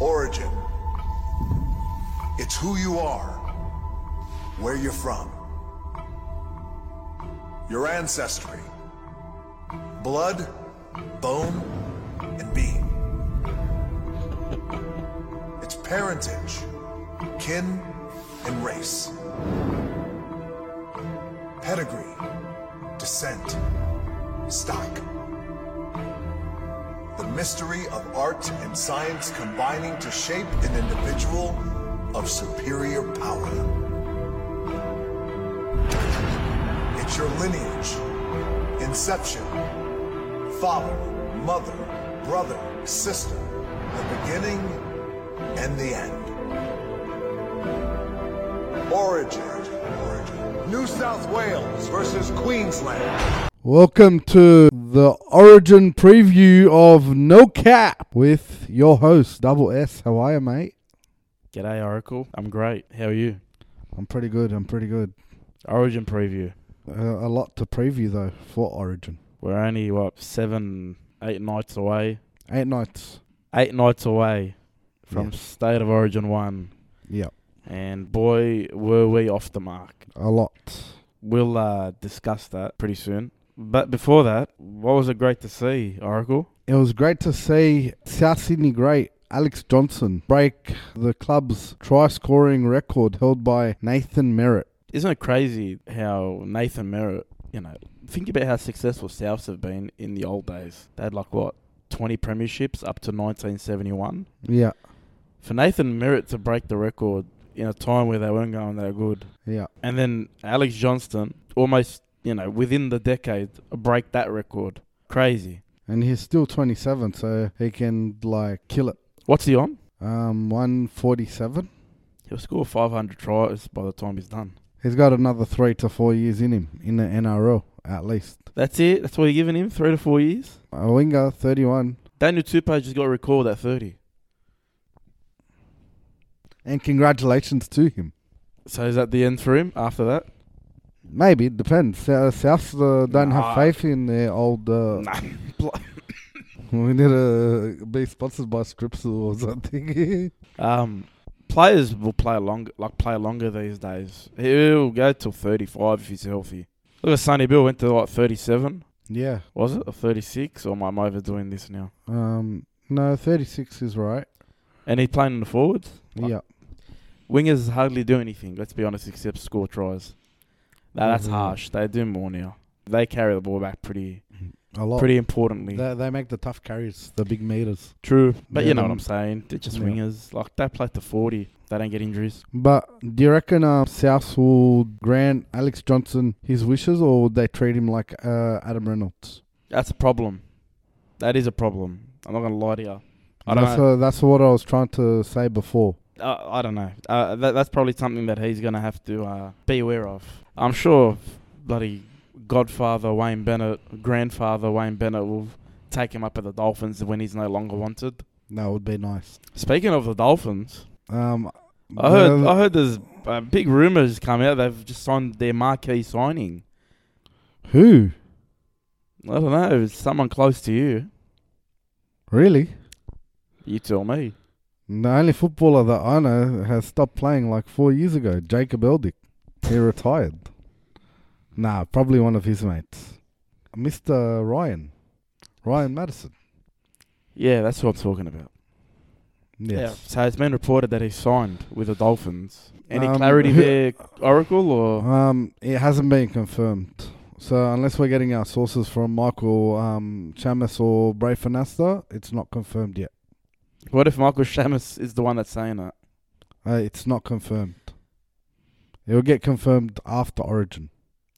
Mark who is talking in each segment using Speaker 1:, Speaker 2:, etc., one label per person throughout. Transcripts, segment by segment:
Speaker 1: Origin. It's who you are, where you're from, your ancestry, blood, bone, and being. It's parentage, kin, and race. Pedigree, descent, stock. The mystery of art and science combining to shape an individual of superior power. It's your lineage, inception, father, mother, brother, sister, the beginning and the end. Origin. Origin. New South Wales versus Queensland.
Speaker 2: Welcome to the origin preview of No Cap with your host, Double S. How are you, mate?
Speaker 3: G'day, Oracle. I'm great. How are you?
Speaker 2: I'm pretty good. I'm pretty good.
Speaker 3: Origin preview.
Speaker 2: Uh, a lot to preview, though, for Origin.
Speaker 3: We're only, what, seven, eight nights away?
Speaker 2: Eight nights.
Speaker 3: Eight nights away from
Speaker 2: Yes.
Speaker 3: State of Origin 1.
Speaker 2: Yeah,
Speaker 3: And boy, were we off the mark.
Speaker 2: a lot.
Speaker 3: We'll uh, discuss that pretty soon. But before that, what was it great to see, Oracle?
Speaker 2: It was great to see South Sydney great Alex Johnson break the club's try scoring record held by Nathan Merritt.
Speaker 3: Isn't it crazy how Nathan Merritt, you know, think about how successful Souths have been in the old days. They had like, what, 20 premierships up to 1971?
Speaker 2: Yeah,
Speaker 3: for Nathan Merritt to break the record in a time where they weren't going that good,
Speaker 2: yeah,
Speaker 3: and then Alex Johnston almost you know within the decade break that record, crazy.
Speaker 2: and he's still 27, so he can like kill it.
Speaker 3: What's he on?
Speaker 2: Um, 147.
Speaker 3: He'll score 500 tries by the time he's done.
Speaker 2: He's got another three to four years in him in the NRL at least.
Speaker 3: That's it. That's what you're giving him three to four years.
Speaker 2: A winger, thirty-one,
Speaker 3: Daniel Tupou just got recalled at 30,
Speaker 2: and congratulations to him.
Speaker 3: so is that the end for him after that?
Speaker 2: Maybe it depends. South, Souths uh, don't have
Speaker 3: Nah.
Speaker 2: faith in their old. Uh,
Speaker 3: Nah.
Speaker 2: We need to be sponsored by Scripsal or something.
Speaker 3: Um, players will play longer, like play longer these days. He'll go till 35 if he's healthy. Look at Sonny Bill went to like 37.
Speaker 2: yeah.
Speaker 3: Was it a 36 or am I overdoing this now?
Speaker 2: Um. No, thirty-six is right.
Speaker 3: And he's playing in the forwards. Like,
Speaker 2: yeah.
Speaker 3: Wingers hardly do anything, let's be honest, except score tries. Nah, that's
Speaker 2: Mhm.
Speaker 3: harsh. They do more now. They carry the ball back pretty
Speaker 2: A lot.
Speaker 3: pretty importantly.
Speaker 2: They, they make the tough carries, the big meters.
Speaker 3: True. But
Speaker 2: Yeah,
Speaker 3: you know what
Speaker 2: them-
Speaker 3: I'm saying. They're just
Speaker 2: Yeah.
Speaker 3: wingers. Like they play to 40. They don't get injuries.
Speaker 2: But do you reckon uh, Souths will grant Alex Johnson his wishes, or would they treat him like uh, Adam Reynolds?
Speaker 3: That's a problem. That is a problem. I'm not going to lie to you. I don't
Speaker 2: that's,
Speaker 3: know.
Speaker 2: uh, that's what I was trying to say before.
Speaker 3: uh, I don't know. Uh, that, that's probably something that he's going to have to uh, be aware of. I'm sure bloody godfather Wayne Bennett, grandfather Wayne Bennett will take him up at the Dolphins when he's no longer wanted.
Speaker 2: That would be nice.
Speaker 3: Speaking of the Dolphins,
Speaker 2: Um,
Speaker 3: I heard
Speaker 2: the-
Speaker 3: I heard there's uh, big rumours come out. They've just signed their marquee signing.
Speaker 2: who
Speaker 3: I don't know. It's someone close to you.
Speaker 2: really
Speaker 3: You tell me.
Speaker 2: the only footballer that I know has stopped playing like four years ago. Jacob Eldick, he retired. Nah, probably one of his mates, Mr. Ryan, Ryan Madison.
Speaker 3: Yeah, that's what I'm talking about.
Speaker 2: Yes.
Speaker 3: So it's been reported that he signed with the Dolphins. Any
Speaker 2: Um,
Speaker 3: clarity
Speaker 2: who-
Speaker 3: there, Oracle? Or
Speaker 2: Um, it hasn't been confirmed. So unless we're getting our sources from Michael um, Chamis or Bray Finasta, it's not confirmed yet.
Speaker 3: What if Michael Shamus is the one that's saying that?
Speaker 2: Uh, it's not confirmed. It will get confirmed after Origin.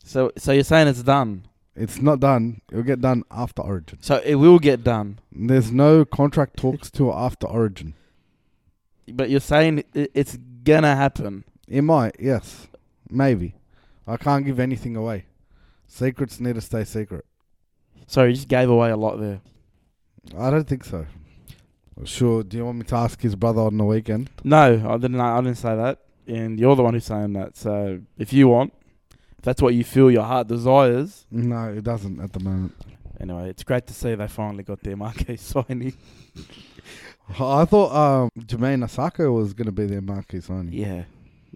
Speaker 3: So, so you're saying it's done.
Speaker 2: It's not done. It will get done after Origin.
Speaker 3: So it will get done.
Speaker 2: There's no contract talks till after Origin.
Speaker 3: But you're saying it, it's gonna happen.
Speaker 2: It might, yes, maybe. I can't give anything away. Secrets need to stay secret.
Speaker 3: So you just gave away a lot there.
Speaker 2: I don't think so. Sure. Do you want me to ask his brother on the weekend?
Speaker 3: No, I didn't. I didn't say that. And you're the one who's saying that. So if you want, if that's what you feel your heart desires,
Speaker 2: No, it doesn't at the moment.
Speaker 3: Anyway, it's great to see they finally got their marquee signing.
Speaker 2: I thought um, Jermaine Asako was going to be their marquee signing.
Speaker 3: Yeah,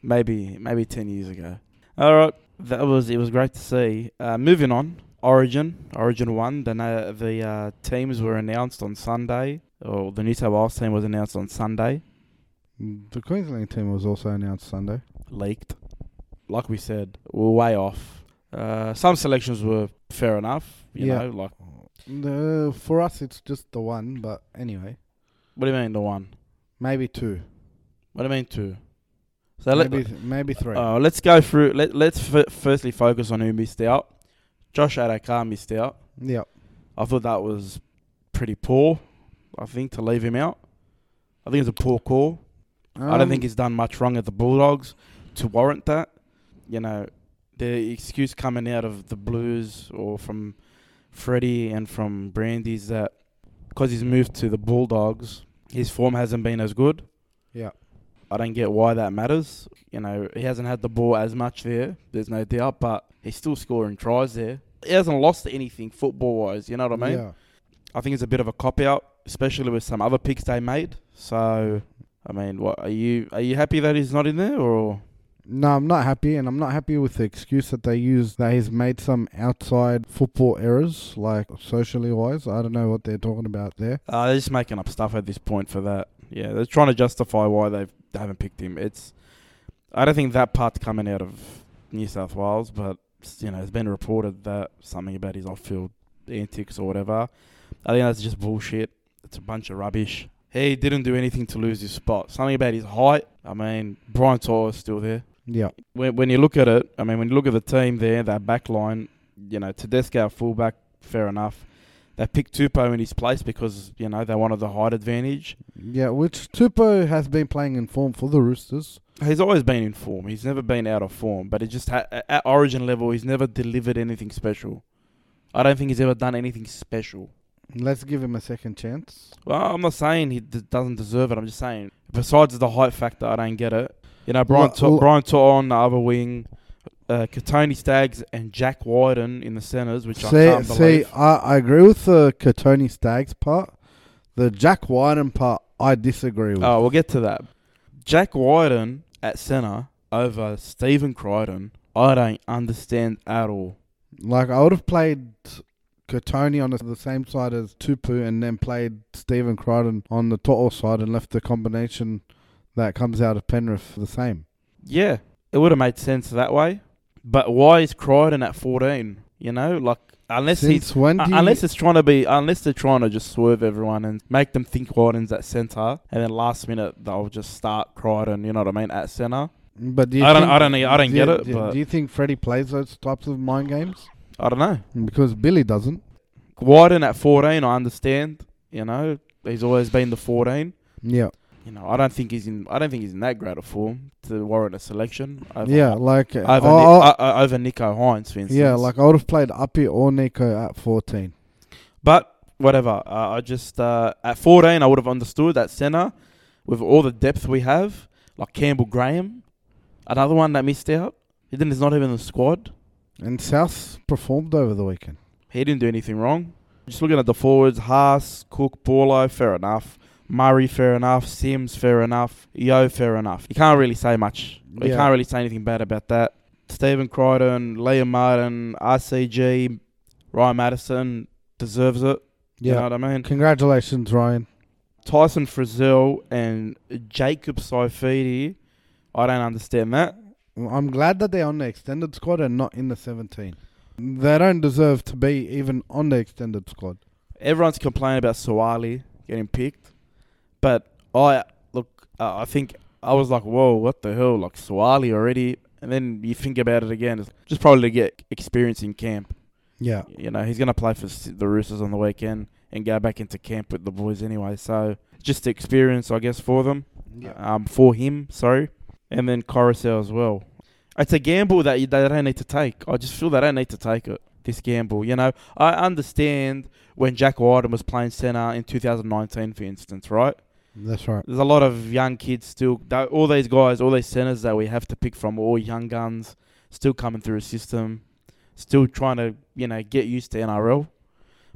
Speaker 3: maybe maybe ten years ago. All right, that was it. Was great to see. Uh, moving on, Origin, Origin One. The na- the uh, teams were announced on Sunday, or the New South Wales team was announced on Sunday.
Speaker 2: The Queensland team was also announced Sunday.
Speaker 3: Leaked, like we said, we're way off. Uh, some selections were fair enough. You
Speaker 2: Yeah.
Speaker 3: know, like
Speaker 2: No, for us, it's just the one, but anyway,
Speaker 3: what do you mean the one?
Speaker 2: maybe two,
Speaker 3: What do you mean two? So let,
Speaker 2: maybe th- maybe three.
Speaker 3: Uh, let's go through. Let, let's f- firstly focus on who missed out. Josh Adakar missed out.
Speaker 2: yeah,
Speaker 3: I thought that was pretty poor. I think to leave him out. I think it's a poor call. I
Speaker 2: Um,
Speaker 3: don't think he's done much wrong at the Bulldogs to warrant that. You know, the excuse coming out of the Blues or from Freddie and from Brandy is that because he's moved to the Bulldogs, his form hasn't been as good.
Speaker 2: Yeah.
Speaker 3: I don't get why that matters. You know, he hasn't had the ball as much there. There's no doubt, but he's still scoring tries there. He hasn't lost anything football wise. You know what I mean?
Speaker 2: Yeah.
Speaker 3: I think it's a bit of a cop out, especially with some other picks they made. So, I mean, what are you are you happy that he's not in there or
Speaker 2: No, I'm not happy, and I'm not happy with the excuse that they use that he's made some outside football errors, like socially wise. I don't know what they're talking about there.
Speaker 3: uh, they're just making up stuff at this point for that? Yeah, they're trying to justify why they've, they haven't picked him. It's I don't think that part's coming out of New South Wales, but you know, it's been reported that something about his off-field antics or whatever. I think that's just bullshit. It's a bunch of rubbish. He didn't do anything to lose his spot. Something about his height. I mean, Brian Torres still there.
Speaker 2: Yeah,
Speaker 3: when when you look at it, I mean, when you look at the team there, that back line, you know, Tedesco at fullback, fair enough. They picked Tupou in his place because you know they wanted the height advantage.
Speaker 2: yeah. Which Tupo has been playing in form for the Roosters.
Speaker 3: He's always been in form. He's never been out of form, but it just ha- at Origin level, he's never delivered anything special. I don't think he's ever done anything special.
Speaker 2: Let's give him a second chance.
Speaker 3: Well, I'm not saying he d- doesn't deserve it. I'm just saying, besides the height factor, I don't get it. You know, Brian
Speaker 2: Well,
Speaker 3: Tor-
Speaker 2: well-
Speaker 3: Brian Tor on the other wing, uh, Katoni Staggs and Jack Wyden in the centres, which I
Speaker 2: See,
Speaker 3: can't
Speaker 2: see,
Speaker 3: believe.
Speaker 2: I, I agree with the Katoni Staggs part. The Jack Wyden part, I disagree with.
Speaker 3: Oh, we'll get to that. Jack Wyden at centre over Stephen Crichton, I don't understand at all.
Speaker 2: Like I would have played Katoni on the- the same side as Tupu, and then played Stephen Crichton on the Toto side, and left the combination that comes out of Penrith the same.
Speaker 3: Yeah, it would have made sense that way. But why is Crichton at 14? You know, like, unless he's
Speaker 2: Since when do
Speaker 3: Uh,
Speaker 2: you,
Speaker 3: unless it's trying to be, unless they're trying to just swerve everyone and make them think Crichton's at centre, and then last minute they'll just start Crichton. You know what I mean? At centre,
Speaker 2: but do you
Speaker 3: I don't-
Speaker 2: think-
Speaker 3: I don't- I don't
Speaker 2: do
Speaker 3: get
Speaker 2: you-
Speaker 3: it,
Speaker 2: Do, you-
Speaker 3: but-
Speaker 2: do you think Freddie plays those types of mind games?
Speaker 3: I don't know.
Speaker 2: Because Billy doesn't.
Speaker 3: Wyden at fourteen, I understand. You know, he's always been the fourteen.
Speaker 2: Yeah,
Speaker 3: You know, I don't think he's in. I don't think he's in that great of form to warrant a selection. Over,
Speaker 2: yeah, like
Speaker 3: over,
Speaker 2: oh,
Speaker 3: Ni-
Speaker 2: oh,
Speaker 3: uh, uh, over Nico Hines, for instance.
Speaker 2: yeah, like I would have played Uppy or Nico at fourteen.
Speaker 3: But whatever. Uh, I just uh, at 14, I would have understood that center with all the depth we have, like Campbell Graham, another one that missed out. He didn't. He's not even in the squad.
Speaker 2: And South performed over the weekend.
Speaker 3: He didn't do anything wrong. Just looking at the forwards, Haas, Cook, Paulo, fair enough. Murray, fair enough. Sims, fair enough. Yo, fair enough. You can't really say much. You
Speaker 2: Yeah.
Speaker 3: can't really say anything bad about that. Stephen Crichton, Liam Martin, RCG, Ryan Madison deserves it. You know what I mean?
Speaker 2: Congratulations, Ryan.
Speaker 3: Tyson Frizzell and Jacob Saifidi. I don't understand that.
Speaker 2: I'm glad that they're on the extended squad and not in the 17. They don't deserve to be even on the extended squad.
Speaker 3: Everyone's complaining about Sawali getting picked, but I look. Uh, I think I was like, "Whoa, what the hell?" Like Sawali already, and then you think about it again. It's just probably to get experience in camp.
Speaker 2: Yeah.
Speaker 3: You know, he's gonna play for s- the Roosters on the weekend and go back into camp with the boys anyway. So just experience, I guess, for them.
Speaker 2: Uh,
Speaker 3: um, for him, sorry, and then Coruscant as well. It's a gamble that you, they don't need to take. I just feel they don't need to take it. This gamble, you know, I understand when Jack Wyden was playing center in 2019, for instance, right?
Speaker 2: That's right.
Speaker 3: There's a lot of young kids still. tho- All these guys, all these centers that we have to pick from, are all young guns, still coming through a system, still trying to, you know, get used to NRL.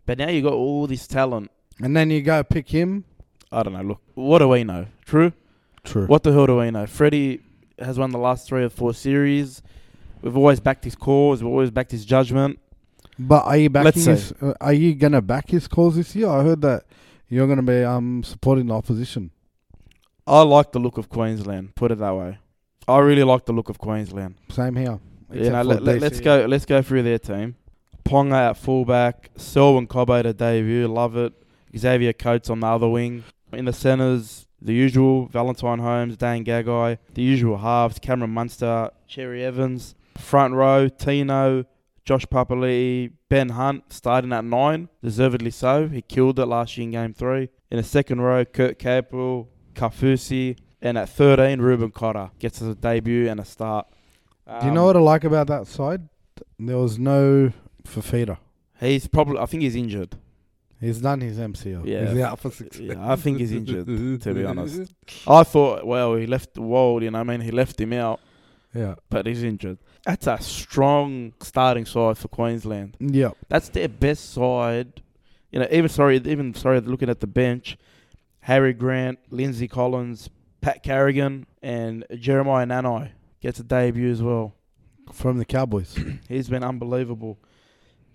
Speaker 3: But now you got all this talent.
Speaker 2: And then you go pick him.
Speaker 3: I don't know. Look, what do we know? True.
Speaker 2: True.
Speaker 3: What the hell do we know? Freddie has won the last three or four series. We've always backed his cause. We've always backed his judgment.
Speaker 2: But are you backing
Speaker 3: Let's say.
Speaker 2: his, uh, Are you gonna back his cause this year? I heard that you're gonna be um supporting the opposition.
Speaker 3: I like the look of Queensland. Put it that way. I really like the look of Queensland.
Speaker 2: Same here.
Speaker 3: you
Speaker 2: Except
Speaker 3: know,
Speaker 2: for
Speaker 3: let, let,
Speaker 2: DC.
Speaker 3: let's go. Let's go through their team. Ponga at fullback, Selwyn Cobbo to debut. Love it. Xavier Coates on the other wing. In the centres, the usual Valentine Holmes, Dan Gagai, the usual halves, Cameron Munster, Cherry Evans. Front row, Tino, Josh Papali'i, Ben Hunt starting at nine, deservedly so. He killed it last year in game three. In the second row, Kurt Capel, Kafusi, and at 13, Ruben Cotter gets a debut and a start.
Speaker 2: Do you know what I like about that side? There was no Fafita.
Speaker 3: He's probably. I think he's injured.
Speaker 2: He's done his MCL.
Speaker 3: Yeah.
Speaker 2: He's out for six.
Speaker 3: Yeah, I think he's injured. to be honest. I thought, well, he left the world. You know, I mean, he left him out,
Speaker 2: Yeah.
Speaker 3: but he's injured. That's a strong starting side for Queensland.
Speaker 2: Yep.
Speaker 3: That's their best side. You know, even sorry, even sorry, looking at the bench, Harry Grant, Lindsay Collins, Pat Carrigan, and Jeremiah Nanai gets a debut as well.
Speaker 2: From the Cowboys.
Speaker 3: He's been unbelievable.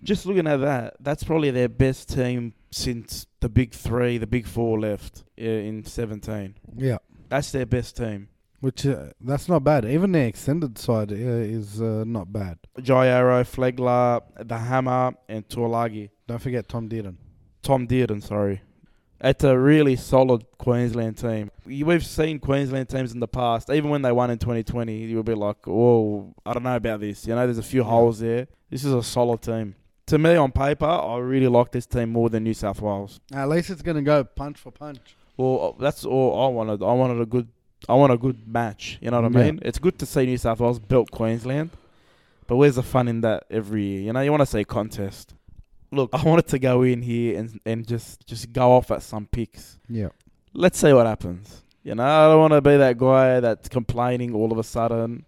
Speaker 3: Just looking at that, that's probably their best team since the big three, the big four left uh, in 17.
Speaker 2: yeah.
Speaker 3: That's their best team.
Speaker 2: Which uh, that's not bad. Even the extended side uh, is uh, not bad.
Speaker 3: Jairo, Flegler, The Hammer, and Tuolagi.
Speaker 2: Don't forget Tom Dearden.
Speaker 3: Tom Dearden, sorry. It's a really solid Queensland team. You- We've seen Queensland teams in the past, even when they won in 2020, you would be like, whoa, I don't know about this. You know, there's a few holes there. This is a solid team. To me, on paper, I really like this team more than New South Wales.
Speaker 2: At least it's gonna go punch for punch.
Speaker 3: Well, uh, that's all I wanted. I wanted a good, I want a good match. You know what I
Speaker 2: Yeah.
Speaker 3: mean? It's good to see New South Wales built Queensland, but where's the fun in that every year? You know, you want to say contest. Look, I wanted to go in here and and just just go off at some picks.
Speaker 2: Yeah.
Speaker 3: Let's see what happens. You know, I don't want to be that guy that's complaining all of a sudden.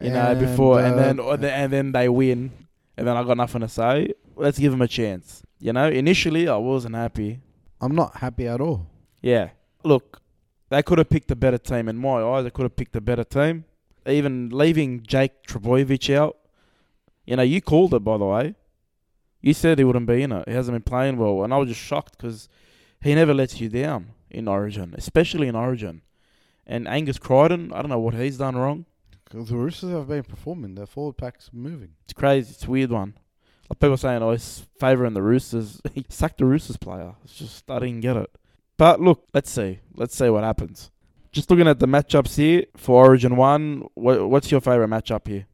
Speaker 3: You know, before and
Speaker 2: uh,
Speaker 3: then or the, and then they win, and then I got nothing to say. Let's give them a chance. You know, initially I wasn't happy.
Speaker 2: I'm not happy at all.
Speaker 3: Yeah. Look, they could have picked a better team. In my eyes, they could have picked a better team. Even leaving Jake Trebojevic out, you know, you called it, by the way. You said he wouldn't be in it. He hasn't been playing well. And I was just shocked because he never lets you down in Origin, especially in Origin. And Angus Crichton, I don't know what he's done wrong.
Speaker 2: Because the Roosters have been performing. Their forward pack's moving.
Speaker 3: It's crazy. It's a weird one. Like people saying, oh, he's favouring the Roosters. he sacked the Roosters player. It's just, I didn't get it. But look, let's see. Let's see what happens. Just looking at the matchups here for Origin 1, wha what's your favourite matchup here?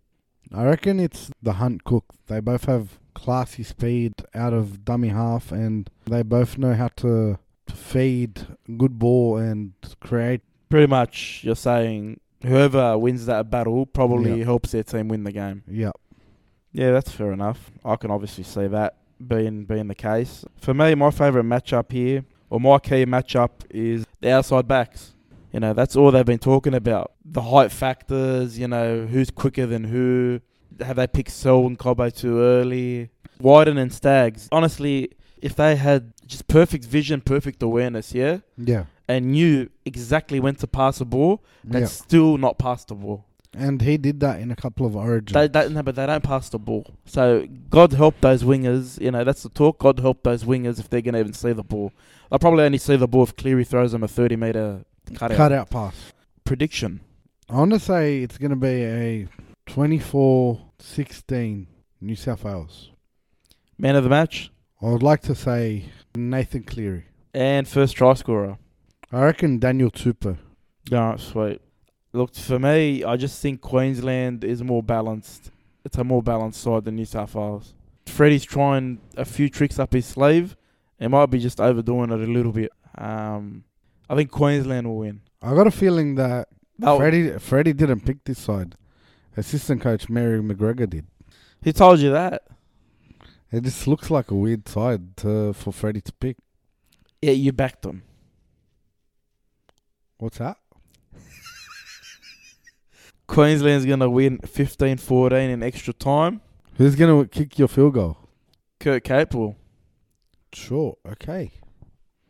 Speaker 2: I reckon it's the Hunt Cook. They both have classy speed out of dummy half, and they both know how to feed good ball and create.
Speaker 3: Pretty much, you're saying whoever wins that battle probably
Speaker 2: Yeah.
Speaker 3: helps their team win the game.
Speaker 2: Yeah,
Speaker 3: Yeah, that's fair enough. I can obviously see that being being the case. For me, my favourite matchup here, or my key matchup, is the outside backs. You know, that's all they've been talking about. The height factors, you know, who's quicker than who. Have they picked Sol and Cobo too early? Wyden and Stags. Honestly, if they had just perfect vision, perfect awareness, yeah,
Speaker 2: yeah,
Speaker 3: and knew exactly when to pass a ball, that's still not pass the ball.
Speaker 2: yeah. And he did that in a couple of origins.
Speaker 3: They, they, no, but they don't pass the ball. So God help those wingers. You know that's the talk. God help those wingers if they're going to even see the ball. They'll probably only see the ball if Cleary throws them a thirty meter cutout.
Speaker 2: Cut out pass.
Speaker 3: Prediction.
Speaker 2: I want to say it's going to be a 24-16 New South Wales.
Speaker 3: Man of the match
Speaker 2: I would like to say Nathan Cleary.
Speaker 3: and first try scorer.
Speaker 2: I reckon Daniel Tupper.
Speaker 3: No, sweet. Look for me. I just think Queensland is more balanced. It's a more balanced side than New South Wales. Freddie's trying a few tricks up his sleeve. It might be just overdoing it a little bit. Um, I think Queensland will win.
Speaker 2: I got a feeling that
Speaker 3: They'll-
Speaker 2: Freddie Freddie didn't pick this side. Assistant coach Mary McGregor did.
Speaker 3: Who told you that?
Speaker 2: It just looks like a weird side to, for Freddie to pick.
Speaker 3: Yeah, you backed them.
Speaker 2: What's that?
Speaker 3: Queensland's going to win 15 14 in extra time.
Speaker 2: Who's going to kick your field goal?
Speaker 3: Kurt Capel.
Speaker 2: Sure. Okay.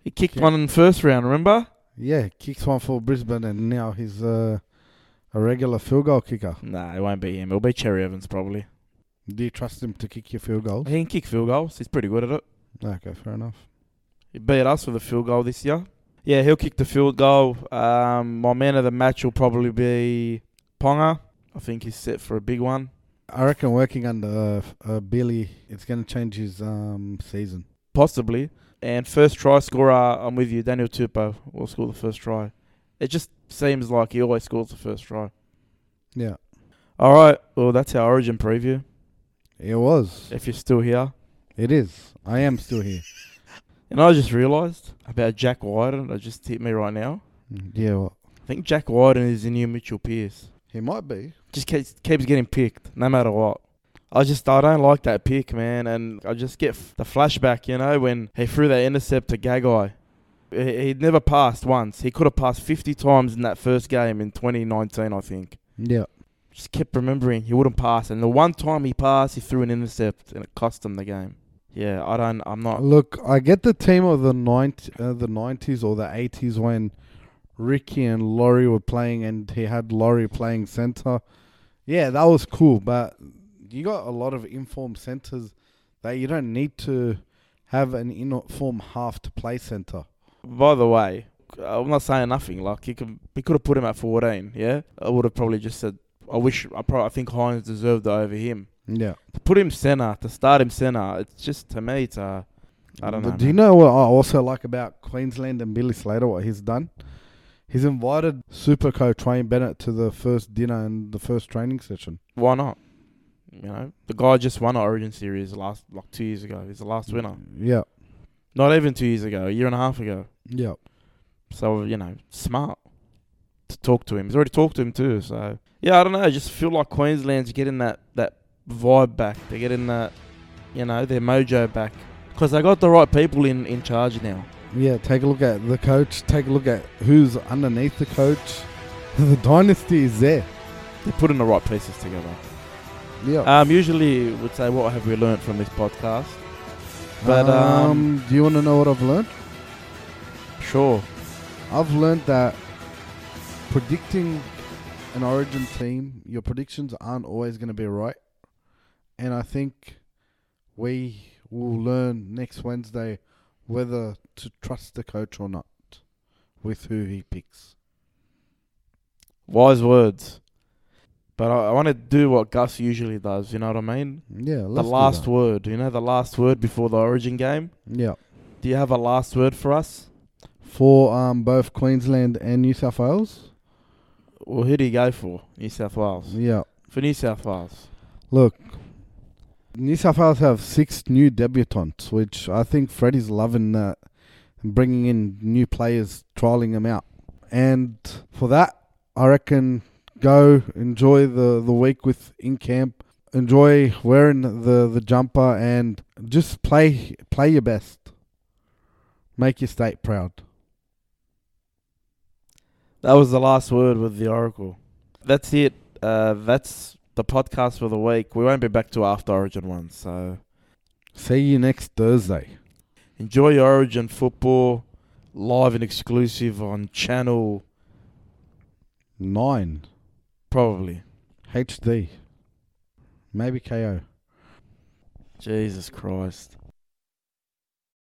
Speaker 3: He kicked
Speaker 2: Yeah.
Speaker 3: one in the first round, remember?
Speaker 2: Yeah, kicks one for Brisbane, and now he's uh, a regular field goal kicker.
Speaker 3: Nah, it won't be him. It'll be Cherry Evans probably.
Speaker 2: Do you trust him to kick your field goals?
Speaker 3: He can kick field goals. He's pretty good at it.
Speaker 2: Okay, fair enough.
Speaker 3: He beat us with a field goal this year. Yeah, he'll kick the field goal. Um, my man of the match will probably be Ponga. I think he's set for a big one.
Speaker 2: I reckon working under uh, f- uh, Billy, it's going to change his um, season.
Speaker 3: possibly. And first try scorer, I'm with you. Daniel Tupou will score the first try. It just seems like he always scores the first try.
Speaker 2: Yeah,
Speaker 3: All right. Well, that's our Origin preview.
Speaker 2: it was.
Speaker 3: If you're still here,
Speaker 2: It is. I am still here.
Speaker 3: and I just realised about Jack Wyden. That just hit me right now.
Speaker 2: Mm, Yeah, well,
Speaker 3: I think Jack Wyden is the new Mitchell Pearce.
Speaker 2: he might be.
Speaker 3: Just keeps keeps getting picked, no matter what. I just I don't like that pick, man, and I just get f- the flashback, you know, when he threw that intercept to Gagai. He- He'd never passed once. He could have passed 50 times in that first game in 2019, I think.
Speaker 2: Yeah,
Speaker 3: Just kept remembering he wouldn't pass, and the one time he passed, he threw an intercept, and it cost him the game. Yeah, I don't. I'm not.
Speaker 2: Uh, Look, I get the team of the 90, uh, the nineties or the eighties when Ricky and Laurie were playing, and he had Laurie playing center. Yeah, that was cool. But you got a lot of informed centers that you don't need to have an informed half to play center.
Speaker 3: By the way, uh, I'm not saying nothing. Like he could, he could have put him at 14. Yeah, I would have probably just said, I wish. I probably I think Hines deserved it over him.
Speaker 2: Yeah.
Speaker 3: to put him center, to start him center, it's just to me, it's uh, I don't know.
Speaker 2: Do you
Speaker 3: man.
Speaker 2: know what I also like about Queensland and Billy Slater? What he's done? He's invited super coach Wayne Bennett to the first dinner and the first training session.
Speaker 3: Why not? You know, the guy just won an Origin series last like two years ago. He's the last winner.
Speaker 2: Yeah.
Speaker 3: Not even two years ago, a year and a half ago.
Speaker 2: Yeah.
Speaker 3: So you know, smart to talk to him. He's already talked to him too. So yeah, I don't know. I just feel like Queensland's getting that that vibe back. They're getting that, you know, their mojo back because they got the right people in in charge now.
Speaker 2: Yeah, take a look at the coach. Take a look at who's underneath the coach. The dynasty is there.
Speaker 3: They're putting the right pieces together.
Speaker 2: Yeah.
Speaker 3: Um, usually would say, what have we learnt from this podcast? but, um,
Speaker 2: do you want to know what I've learned?
Speaker 3: Sure.
Speaker 2: I've learned that predicting an origin team, your predictions aren't always going to be right. And I think we will learn next Wednesday whether to trust the coach or not with who he picks.
Speaker 3: Wise words. But I, I want to do what Gus usually does, you know what I mean?
Speaker 2: Yeah,
Speaker 3: the last word, you know, the last word before the origin game.
Speaker 2: Yeah.
Speaker 3: Do you have a last word for us?
Speaker 2: For um, both Queensland and New South Wales.
Speaker 3: Well, who do you go for? New South Wales.
Speaker 2: Yeah.
Speaker 3: For New South Wales.
Speaker 2: Look, New South Wales have six new debutants, which I think Freddie's loving that, and bringing in new players, trialing them out. And for that, I reckon go enjoy the, the week with in camp, enjoy wearing the, the jumper, and just play play your best. Make your state proud.
Speaker 3: That was the last word with the Oracle. That's it. Uh, that's the podcast for the week. We won't be back to after Origin one, so
Speaker 2: See you next Thursday.
Speaker 3: enjoy your Origin football live and exclusive on channel
Speaker 2: Nine
Speaker 3: probably.
Speaker 2: HD. Maybe KO.
Speaker 3: Jesus Christ.